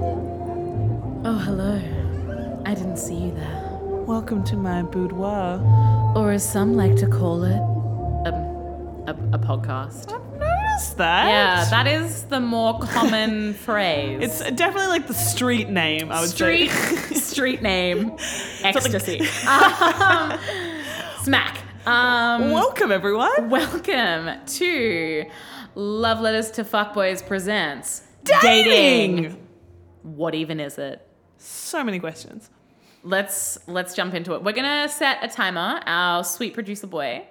Oh, hello. I didn't see you there. Welcome to my boudoir. Or as some like to call it, um, a, a podcast. Notice that? Yeah, that is the more common phrase. It's definitely like the street name, I would street say. street name ecstasy. um, smack. Um, Welcome, everyone. welcome to Love Letters to Fuckboys presents What even is it? So many questions. let's let's jump into it. We're gonna set a timer. Our sweet producer boy,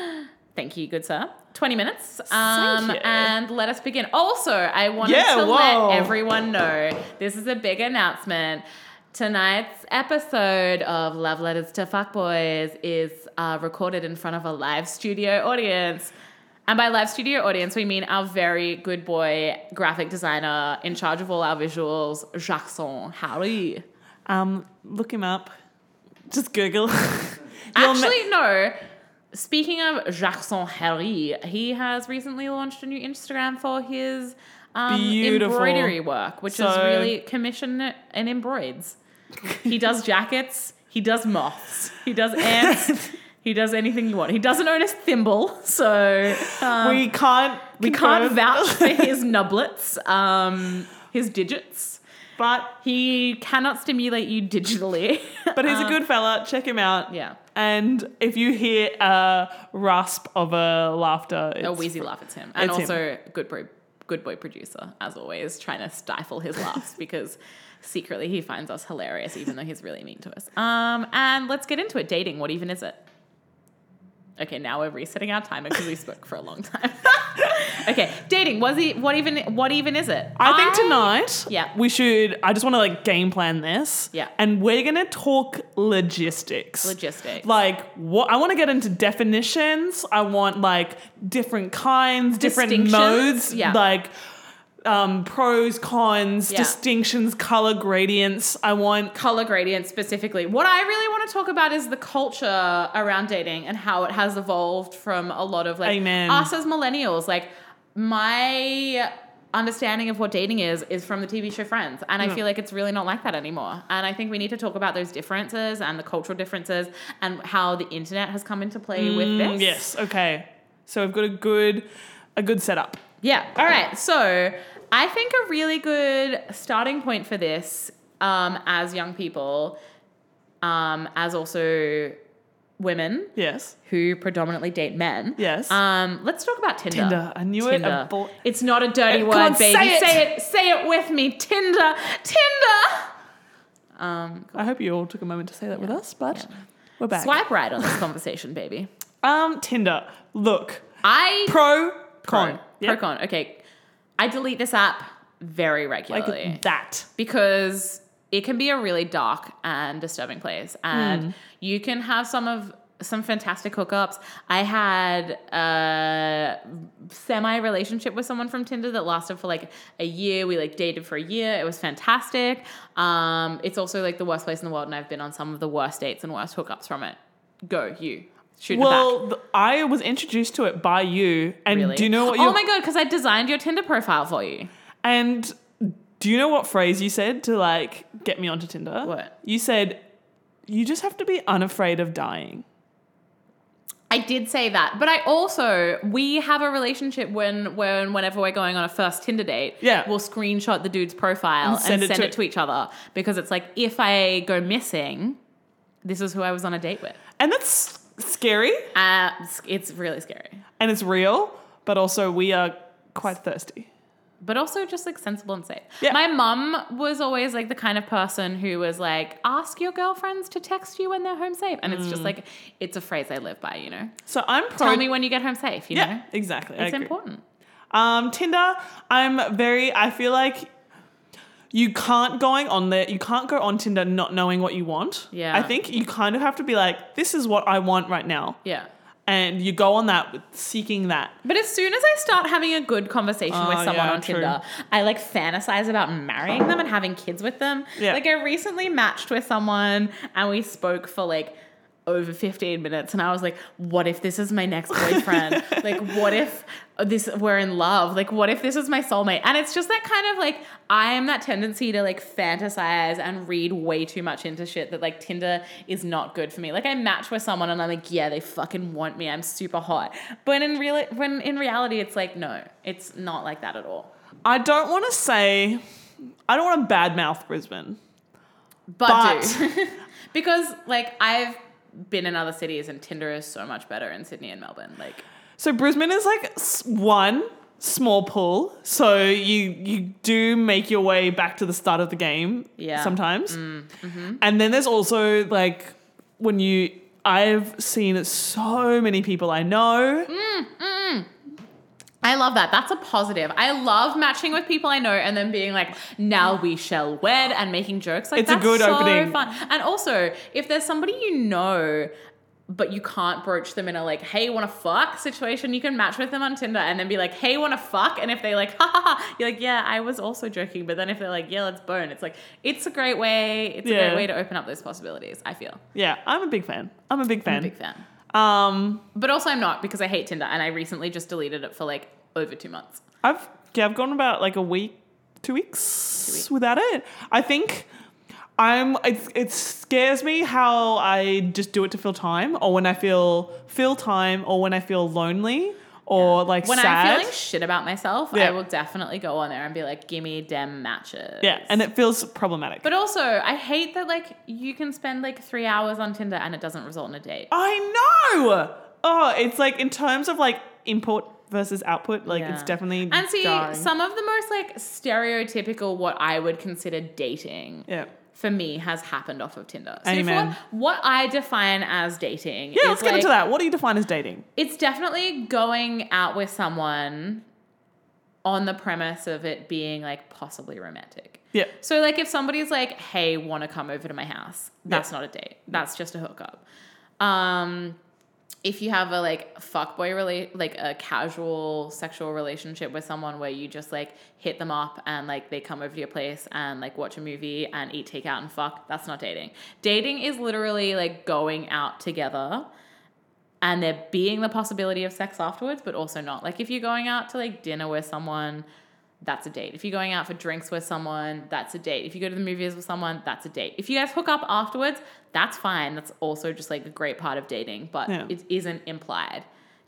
thank you, good sir. Twenty minutes, um, you. and let us begin. Also, I wanted Yeah, to whoa. let everyone know this is a big announcement. Tonight's episode of Love Letters to Fuckboys is uh, recorded in front of a live studio audience. And by live studio audience, we mean our very good boy graphic designer in charge of all our visuals, Jackson Harry. Um, look him up. Just Google. You'll ma- Actually, no. Speaking of Jackson Harry, he has recently launched a new Instagram for his um, Beautiful. embroidery work, which is So- really commission and embroids. He does jackets, he does moths, he does ants, he does anything you want. He doesn't own a thimble, so um, we can't. we can't confirm, vouch for his nublets, um, his digits. But He cannot stimulate you digitally. but he's a good fella. Check him out. Uh. yeah, And if you hear a rasp of a laughter, it's A wheezy laugh, it's him. And it's him. also, good boy, good boy producer, as always, trying to stifle his laughs because secretly he finds us hilarious, even though he's really mean to us. Um, and let's get into it. Dating, what even is it? Okay, now we're resetting our timer because we spoke for a long time. okay, dating. Was he? What even? What even is it? I think tonight Yeah. we should I just want to like game plan this. Yeah. And we're going to talk logistics. Logistics. Like what I want to get into definitions. I want like different kinds, different Distinctions? modes, Yeah. like um pros, cons, Yeah. distinctions, color gradients. I want color gradient specifically. What I really want to talk about is the culture around dating and how it has evolved from a lot of like Amen. us as millennials. Like my understanding of what dating is is from the TV show Friends, and I feel like it's really not like that anymore. And I think we need to talk about those differences and the cultural differences and how the internet has come into play with this. Mm, yes, okay. So we've got a good a good setup. Yeah. All right. So I think a really good starting point for this, um, as young people, um, as also women Yes. who predominantly date men. Yes. Um, let's talk about Tinder. Tinder. I knew it. Tinder. Abo- it's not a dirty Uh, word, come on, baby. say it. say it. Say it with me. Tinder. Tinder. Um, I hope you all took a moment to say that with us, but Yeah. we're back. swipe right on this conversation, baby. Um, Tinder. Look, I pro pro con, pro con. Okay, I delete this app very regularly. like that. because it can be a really dark and disturbing place Hmm. and you can have some of some fantastic hookups i had a semi relationship with someone from tinder that lasted for like a year we like dated for a year it was fantastic um, it's also like the worst place in the world and i've been on some of the worst dates and worst hookups from it go you shoot it back Well, th- I was introduced to it by you, and really do you know what? oh your- my god because i designed your tinder profile for you And do you know what phrase you said to like get me onto Tinder? What? you said? You just have to be unafraid of dying. I did say that, but I also we have a relationship when when whenever we're going on a first Tinder date, Yeah. we'll screenshot the dude's profile and send, it, to each other because it's like if I go missing, this is who I was on a date with. And that's scary, Uh, it's, it's really scary, and it's real, but also we are quite thirsty. but also just like sensible and safe. Yeah. My mum was always like the kind of person who was like, ask your girlfriends to text you when they're home safe, and it's just Mm. like it's a phrase I live by. You know, So I'm pro. tell me when you get home safe. You know, yeah, exactly. I it's agree. important. Um, Tinder, I'm very. I feel like you can't going on there. You can't go on Tinder not knowing what you want. Yeah. I think you kind of have to be like, this is what I want right now, Yeah. and you go on that with seeking that. But as soon as I start having a good conversation with Oh, someone yeah, on true. Tinder, I like fantasize about marrying them and having kids with them. Yeah. Like I recently matched with someone and we spoke for like over 15 minutes and I was like, what if this is my next boyfriend? like, what if this we're in love? Like, what if this is my soulmate? And it's just that kind of like I am that tendency to like fantasize and read way too much into shit that like Tinder is not good for me. Like I match with someone and I'm like, yeah, they fucking want me. I'm super hot. But in real when in reality it's like, no, it's not like that at all. I don't want to say, I don't want to badmouth Brisbane. But, But- do. because like I've been in other cities and Tinder is so much better in Sydney and Melbourne. Like So Brisbane is like s- one small pool, so you you do make your way back to the start of the game Yeah. Mm, mm-hmm. sometimes, and then there's also like when you I've seen so many people I know. Mm. I love that. That's a positive. I love matching with people I know and then being like, now we shall wed and making jokes like It's a that's good so opening. fun. And also, if there's somebody you know but you can't broach them in a like, hey, wanna fuck situation, you can match with them on Tinder and then be like, hey, wanna fuck? And if they like, ha ha ha, you're like, yeah, I was also joking. But then if they're like, yeah, let's bone, it's like, it's a great way, it's a Yeah. great way to open up those possibilities, I feel. Yeah, I'm a big fan. I'm a big fan. I'm a big fan. Um, But also I'm not because I hate Tinder and I recently just deleted it for like over two months. I've yeah, I've gone about like a week, two weeks, without it. I think I'm. It, it scares me how I just do it to fill time, or when I feel fill time, or when I feel lonely, or like when sad. I'm feeling shit about myself, Yeah. I will definitely go on there and be like, "Give me dem matches." yeah, and it feels problematic. but also, I hate that like you can spend like three hours on Tinder and it doesn't result in a date. Oh, I know. Oh, it's like in terms of like input versus output, like it's Yeah. definitely and see jarring. some of the most like stereotypical what I would consider dating yeah. for me has happened off of Tinder. So Amen. For what I define as dating, Yeah, is let's get into like, that. What do you define as dating? It's definitely going out with someone on the premise of it being like possibly romantic. Yeah. So like if somebody's like, "Hey, want to come over to my house?" That's Yeah. not a date. That's just a hookup. Um if you have a like fuckboy rela- like a casual sexual relationship with someone where you just like hit them up and like they come over to your place and like watch a movie and eat takeout and fuck, that's not dating. Dating is literally like going out together and there being the possibility of sex afterwards, but also not. Like if you're going out to like dinner with someone, that's a date. If you're going out for drinks with someone, that's a date. If you go to the movies with someone, that's a date. If you guys hook up afterwards, that's fine. That's also just like a great part of dating, but Yeah. it isn't implied.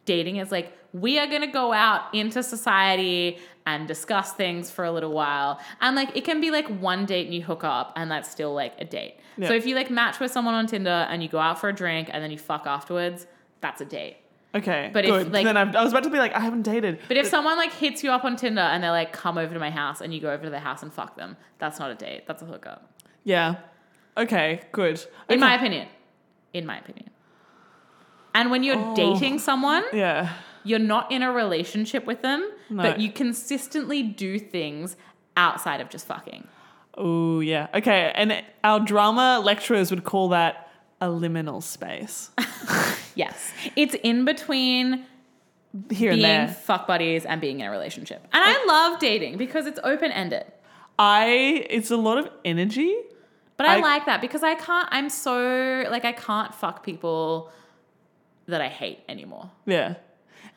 Dating is like we are gonna go out into society and discuss things for a little while, and like it can be like one date and you hook up, and that's still like a date. Yeah. So if you like match with someone on Tinder and you go out for a drink and then you fuck afterwards, that's a date. Okay, But if, good. like- then I've, I was about to be like, I haven't dated. But if someone like hits you up on Tinder and they're like, come over to my house and you go over to their house and fuck them, that's not a date. That's a hookup. Yeah. Okay, good. In Okay. my opinion. In my opinion. And when you're Oh. dating someone, Yeah. you're not in a relationship with them, but No. you consistently do things outside of just fucking. Oh, yeah. Okay, and our drama lecturers would call that a liminal space. Yes. It's in between Here and being there. fuck buddies and being in a relationship. And I love dating because it's open ended. I, it's a lot of energy. But I, I- like that because I can't, I'm so, like, I can't fuck people that I hate anymore. Yeah.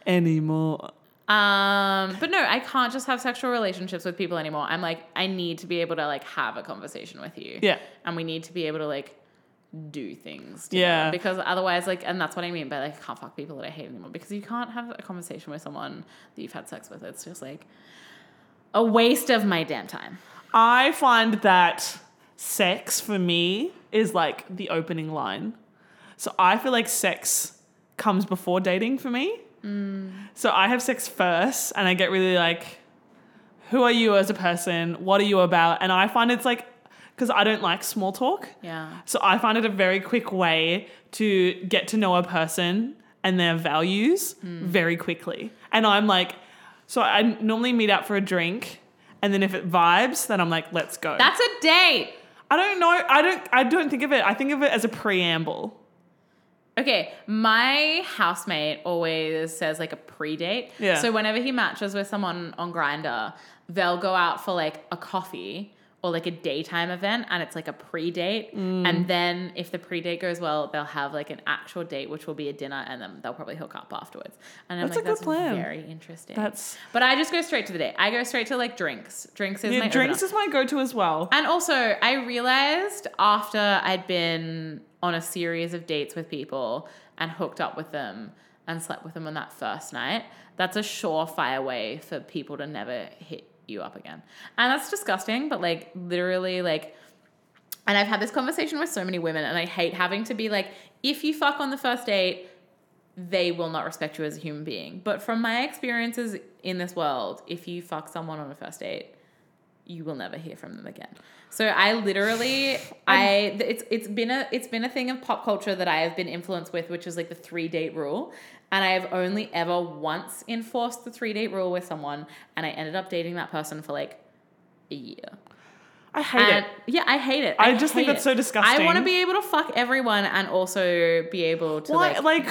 Anymore. Um, but no, I can't just have sexual relationships with people anymore. I'm like, I need to be able to, like, have a conversation with you. Yeah. And we need to be able to, like, do things. Yeah. Because otherwise, like, and that's what I mean by, like, I can't fuck people that I hate anymore because you can't have a conversation with someone that you've had sex with. It's just, like, a waste of my damn time. I find that sex for me is like the opening line. So I feel like sex comes before dating for me. So I have sex first and I get really like, who are you as a person? What are you about? And I find it's like, because I don't like small talk. Yeah. So I find it a very quick way to get to know a person and their values very quickly. And I'm like, so I normally meet out for a drink. And then if it vibes, then I'm like, let's go. That's a date. I don't know. I don't. I don't think of it. I think of it as a preamble. Okay, my housemate always says like a pre-date. Yeah. So whenever he matches with someone on Grinder, they'll go out for like a coffee or like a daytime event and it's like a pre-date Mm. and then if the pre-date goes well they'll have like an actual date which will be a dinner and then they'll probably hook up afterwards and i'm That's like a good that's plan. very interesting That's but i just go straight to the date i go straight to like drinks drinks is yeah, my drinks opener. is my go-to as well. And also, I realized after I'd been on a series of dates with people and hooked up with them and slept with them on that first night, that's a surefire way for people to never hit you up again. And that's disgusting, but like literally, like, and I've had this conversation with so many women, and I hate having to be like, if you fuck on the first date, they will not respect you as a human being. But from my experiences in this world, if you fuck someone on a first date, you will never hear from them again. So I literally, I th- it's it's been a it's been a thing of pop culture that I have been influenced with, which is like the three date rule, and I have only ever once enforced the three date rule with someone, and I ended up dating that person for like a year. I hate And- it. Yeah, I hate it. I just think hate that's so disgusting. I want to be able to fuck everyone and also be able to Why? like, Like,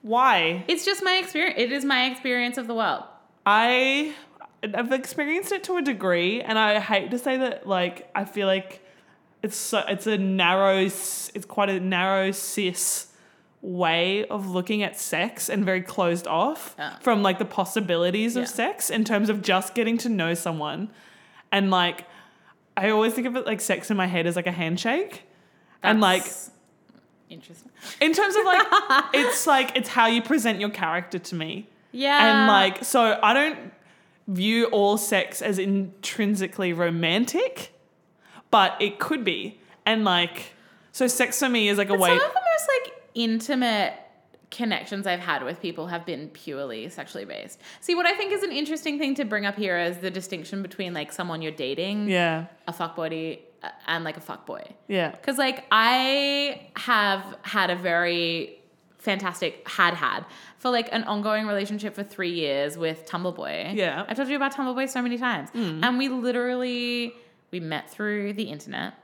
why? It's just my experience. It is my experience of the world. I I've experienced it to a degree, and I hate to say that. Like, I feel like it's so it's a narrow, s- it's quite a narrow cis way of looking at sex and very closed off Yeah. from like the possibilities Yeah. of sex in terms of just getting to know someone, and like I always think of it like sex in my head as like a handshake, and like That's interesting. in terms of like it's like it's how you present your character to me. Yeah, And like, so I don't view all sex as intrinsically romantic, but it could be. And like, so sex for me is like a But way. Some of the most like intimate connections I've had with people have been purely sexually based. See, what I think is an interesting thing to bring up here is the distinction between like someone you're dating, Yeah. a fuck body, and like a fuck boy. Yeah. Because like I have had a very fantastic had had for like an ongoing relationship for three years with Tumbleboy. Yeah. I've told you about Tumbleboy so many times, and we literally we met through the internet,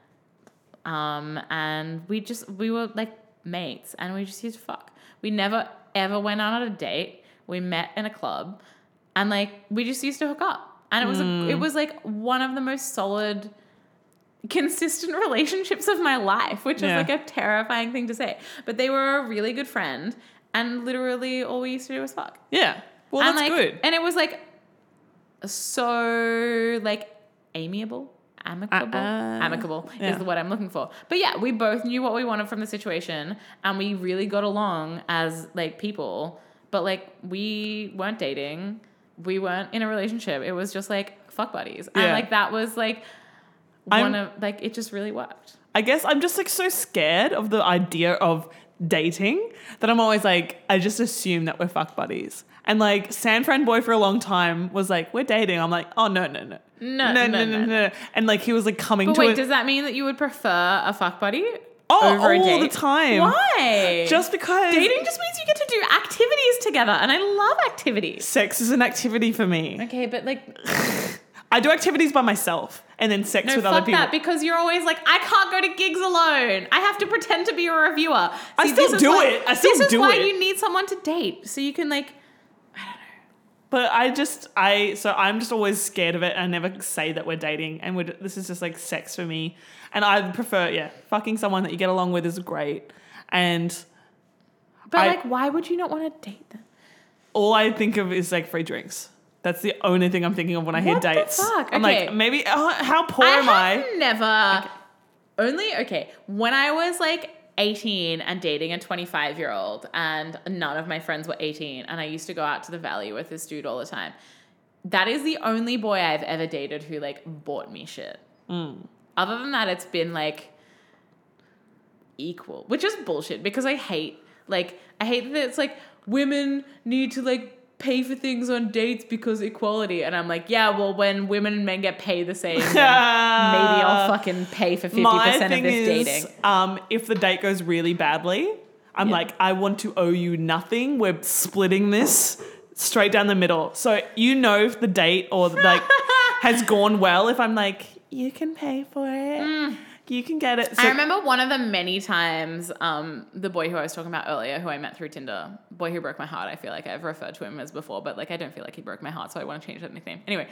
um, and we just we were like mates, and we just used to fuck. We never ever went out on a date. We met in a club, and like we just used to hook up, and it was a, it was like one of the most solid consistent relationships of my life, which Yeah. is like a terrifying thing to say. But they were a really good friend, and literally all we used to do was fuck. Yeah. Well, and that's like, good. And it was like so like amiable. Amicable, Uh, uh, amicable yeah. is the word I'm looking for. But yeah, we both knew what we wanted from the situation, and we really got along as like people. But like, we weren't dating, we weren't in a relationship. It was just like fuck buddies, and Yeah. like that was like I'm- one of like it just really worked. I guess I'm just like so scared of the idea of dating that I'm always like, I just assume that we're fuck buddies. And like, San Fran boy for a long time was like, we're dating. I'm like, oh, no, no, no. No, no, no, no, no, no, no. And like, he was like coming But to wait, it. does that mean that you would prefer a fuck buddy Oh, over a all date? the time. Why? Just because dating just means you get to do activities together, and I love activities. sex is an activity for me. Okay, but like I do activities by myself and then sex no, with fuck other people. that because you're always like, I can't go to gigs alone. I have to pretend to be a reviewer. I See, still this is do why- it. I still This is do why it. you need someone to date, so you can like. but I just I so I'm just always scared of it. I never say that we're dating and we're, this is just like sex for me. And I prefer yeah, fucking someone that you get along with is great. And But I- like, why would you not want to date them? all I think of is like free drinks. That's the only thing I'm thinking of when I hear What the dates. fuck? I'm Okay. like maybe oh, how poor am I I? have never only okay when I was like 18 and dating a 25 year old and none of my friends were 18 and I used to go out to the valley with this dude all the time. That is the only boy I've ever dated who like bought me shit. Mm. Other than that, it's been like equal, which is bullshit because I hate like I hate that it's like women need to like pay for things on dates because equality, and I'm like, yeah, well, when women and men get paid the same, then maybe I'll fucking pay for fifty Uh, My percent of thing this is, dating. Um, if the date goes really badly, I'm Yeah. like, I want to owe you nothing. We're splitting this straight down the middle. So you know if the date or like has gone well, if I'm like, you can pay for it, you can get it. So Mm. I remember one of the many times um, the boy who I was talking about earlier, who I met through Tinder, boy who broke my heart. I feel like I've referred to him as before, but like I don't feel like he broke my heart, so I want to change that nickname. Anyway,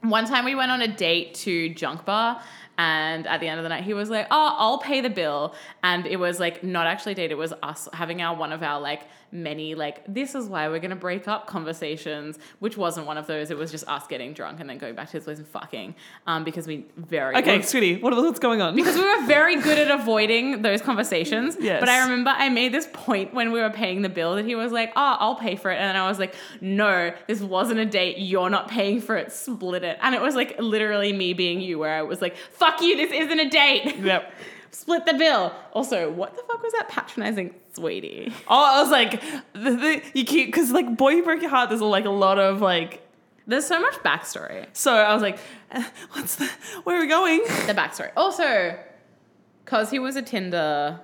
one time we went on a date to Junk Bar, and at the end of the night, he was like, "Oh, I'll pay the bill," and it was like not actually a date. It was us having our one of our like many like this is why we're gonna break up conversations, which wasn't one of those. It was just us getting drunk and then going back to his place and fucking, um, because we very Okay, sweetie, what, what's going on? because we were very good at avoiding those conversations. Yes. But I remember I made this point when we were paying the bill that he was like, "Oh, I'll pay for it," and I was like, "No, this wasn't a date. You're not paying for it. Split it." And it was like literally me being you, where I was like, "Fuck you. This isn't a date. Yep. Split the bill." Also, what the fuck was that patronizing, sweetie? Oh, I was like, the, the, you keep because like boy, you broke your heart. There's like a lot of like. There's so much backstory. So I was like, uh, what's the? Where are we going? The backstory. Also, because he was a Tinder,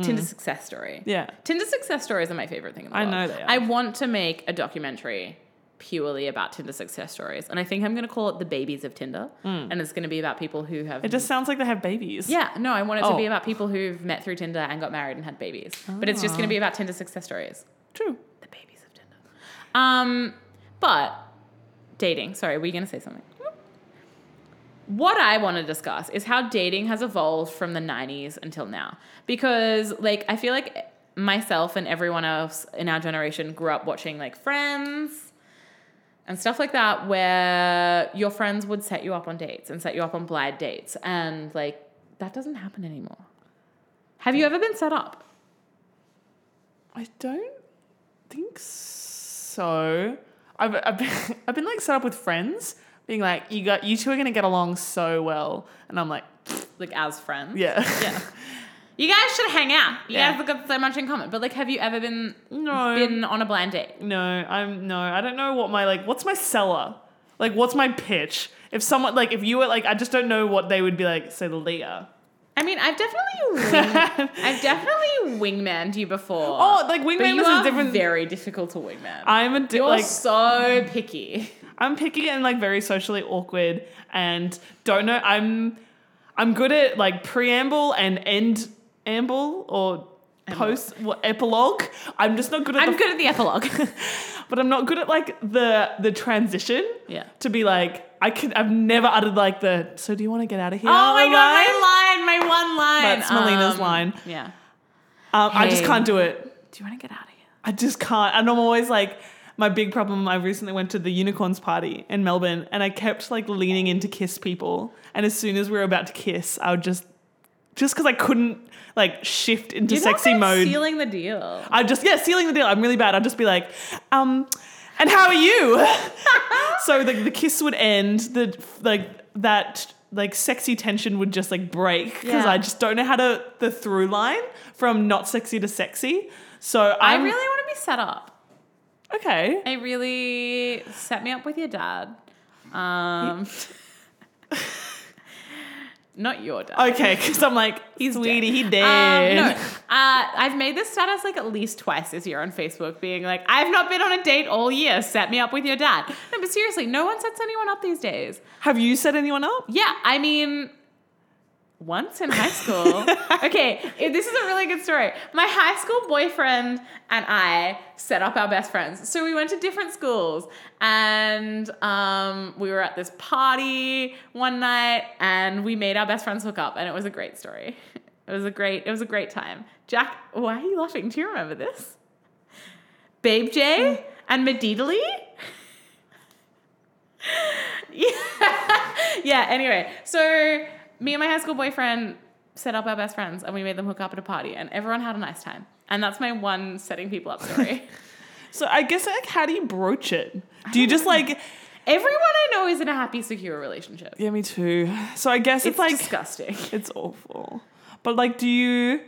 Tinder success story. Yeah. Tinder success stories are my favorite thing in the I world. know they are. I want to make a documentary purely about Tinder success stories, and I think I'm going to call it "The Babies of Tinder," and it's going to be about people who have. Hmm. It just sounds like they have babies. yeah, no, I want it to Oh. be about people who've met through Tinder and got married and had babies. But it's just going to be about Tinder success stories. Ah. True. The babies of Tinder. Um, but dating. Sorry, were you going to say something? What I want to discuss is how dating has evolved from the 90s until now. Because, like, I feel like myself and everyone else in our generation grew up watching, like, Friends and stuff like that, where your friends would set you up on dates and set you up on blind dates. And, like, that doesn't happen anymore. Have you ever been set up? I don't think so. I've, I've, been, I've been like set up with friends, being like, you got you two are gonna get along so well, and I'm like, Like, as friends? yeah, Yeah. You guys should hang out. You Yeah. guys have got so much in common. But like, have you ever been No. been on a blind date? no, I'm no, I don't know what my like, what's my seller, like, what's my pitch? If someone like, if you were like, I just don't know what they would be like. Say the Leah. I mean, I've definitely wing, I've definitely wingmaned you before. Oh, like but wingman you is are a different. very difficult to wingman. I'm a di- You're like so picky. I'm picky and like very socially awkward and don't know I'm I'm good at like preamble and end amble or post what epilogue. I'm just not good at I'm the good at the epilogue. but I'm not good at like the the transition yeah. to be like I can I've never uttered like the so do you want to get out of here? Oh my god, my line? line, my one line. That's Melina's line. Yeah. Um, I just Hey. can't do it. Do you want to get out of here? I just can't. And I'm always like, my big problem. I recently went to the unicorns party in Melbourne, and I kept like leaning in to kiss people. And as soon as we were about to kiss, I would just, just because I couldn't like shift into You're not sexy good at mode, Sealing the deal. I just yeah, sealing the deal. I'm really bad. I'd just be like, um, and how are you? so the the kiss would end. The like that like sexy tension would just like break because Yeah. I just don't know how to the through line from not sexy to sexy. So I I'm really want to be set up. okay. They really set me up with your dad. Um, not your dad. Okay, because I'm like, he's sweetie, he dead. Um, no, uh, I've made this status like at least twice this year on Facebook, being like, "I've not been on a date all year. Set me up with your dad." No, but seriously, no one sets anyone up these days. Have you set anyone up? Yeah, I mean, once in high school. okay, eh, this is a really good story. My high school boyfriend and I set up our best friends. So we went to different schools and um, we were at this party one night and we made our best friends hook up and it was a great story. It was a great it was a great time. Jack, why are you laughing? Do you remember this? Babe J and Medidily? yeah. yeah, anyway. So me and my high school boyfriend set up our best friends and we made them hook up at a party and everyone had a nice time. And that's my one setting people up story. So I guess like, how do you broach it? Do you just like? everyone I know is in a happy, secure relationship. Yeah, me too. So I guess It's, it's, like disgusting. it's awful. But like, do you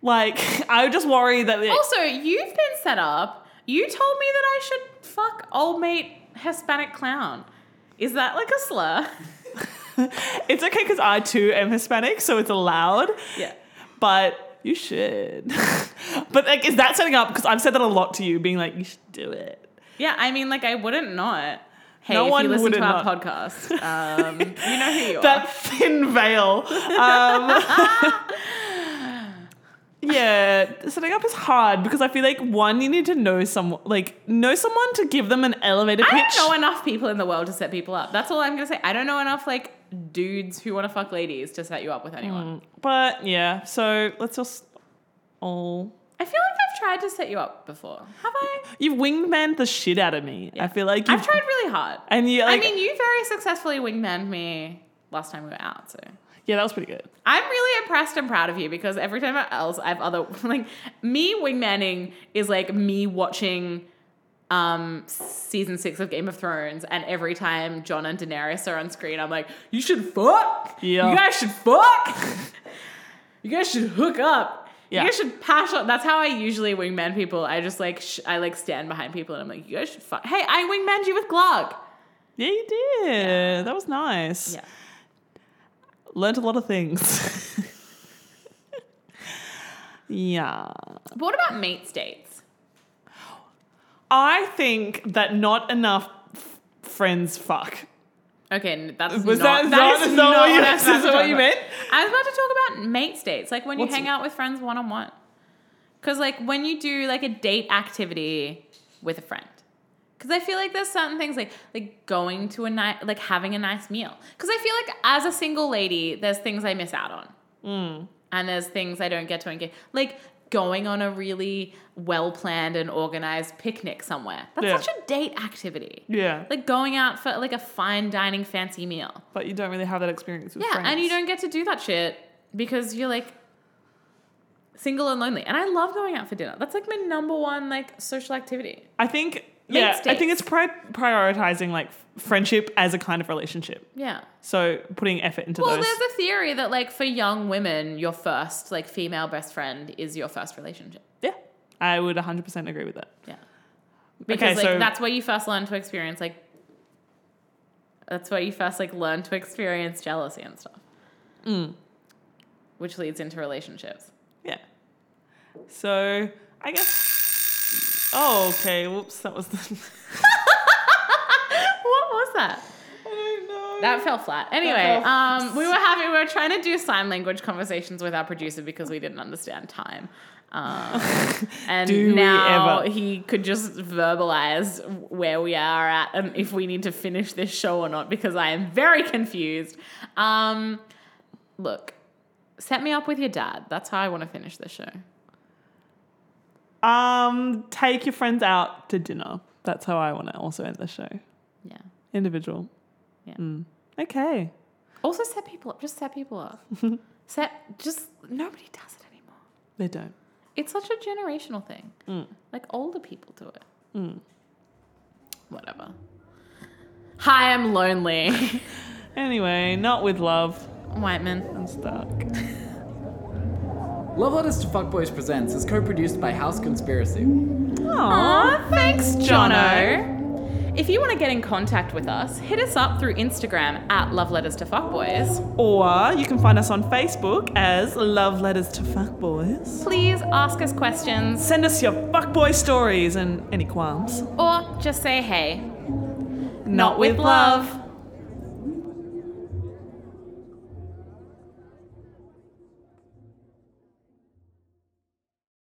like? I just worry that it- Also, you've been set up. You told me that I should fuck old mate Hispanic clown. Is that like a slur? it's okay because I too am Hispanic, so it's allowed. Yeah. But you should. but like, is that setting up? Because I've said that a lot to you, being like, you should do it. Yeah, I mean, like, I wouldn't not. Hey, No if one you listen would to our not. podcast, um, you know who you are. That thin veil. Um, Yeah, setting up is hard because I feel like one, you need to know someone, like know someone to give them an elevator I pitch. don't know enough people in the world to set people up. That's all I'm gonna say. I don't know enough like dudes who want to fuck ladies to set you up with anyone. But yeah, so let's just all. I feel like I've tried to set you up before. Have I? You've wingmaned the shit out of me. I feel like you've, I've tried really hard. and you I like, mean, you very successfully wingmaned me last time we were out, so. yeah, that was pretty good. I'm really impressed and proud of you because every time else I've other like me wingmanning is like me watching um season six of Game of Thrones and every time John and Daenerys are on screen I'm like you should fuck Yeah. you guys should fuck you guys should hook up Yeah. you guys should pass on that's how I usually wingman people I just like sh- I like stand behind people and I'm like you guys should fuck hey I wingmaned you with Glog Yeah, you did. That was nice. yeah Learned a lot of things. yeah. but what about mates dates I think that not enough f- friends fuck. Okay, n- that's Was not, that- that is is not not what you- I was this is about to what talk you about. meant? I was about to talk about mates dates, like when you What's- hang out with friends one on one. Because like when you do like a date activity with a friend. Because I feel like there's certain things like like going to a night, like having a nice meal. Because I feel like as a single lady, there's things I miss out on, Mm. and there's things I don't get to engage. Like going on a really well planned and organized picnic somewhere. That's Yeah. such a date activity Yeah. like going out for like a fine dining fancy meal. but you don't really have that experience with Yeah, friends. and you don't get to do that shit because you're like single and lonely. And I love going out for dinner. That's like my number one like social activity. I think yeah, I think dates. it's pri- prioritizing like f- friendship as a kind of relationship. Yeah. So putting effort into Well, those. there's a theory that like for young women, your first like female best friend is your first relationship. yeah, I would 100% agree with that. Yeah. Because like so- that's where you first learn to experience like that's where you first like learn to experience jealousy and stuff. Mm. Which leads into relationships. Yeah. So I guess. Oh, okay. Whoops, that was. The- what was that? I don't know. That fell flat. Anyway, That fell- um, we were having we were trying to do sign language conversations with our producer because we didn't understand time. Um, and Do we now ever. he could just verbalize where we are at and if we need to finish this show or not because I am very confused. Um, look, set me up with your dad. That's how I want to finish the show. um, take your friends out to dinner. That's how I want to also end the show. Yeah. Individual. Yeah. Mm. Okay. Also set people up. Just set people up. set just nobody does it anymore. They don't. It's such a generational thing. Like older people do it. Whatever. Hi, I'm lonely. Anyway, not with love. Whiteman. I'm stuck. Love Letters to Fuckboys Presents is co produced by House Conspiracy. Aw, thanks, Jono. If you want to get in contact with us, hit us up through Instagram at Love Letters to Fuckboys. Or you can find us on Facebook as Love Letters to Fuckboys. Please ask us questions Send us your fuckboy stories and any qualms. or just say hey. Not with love.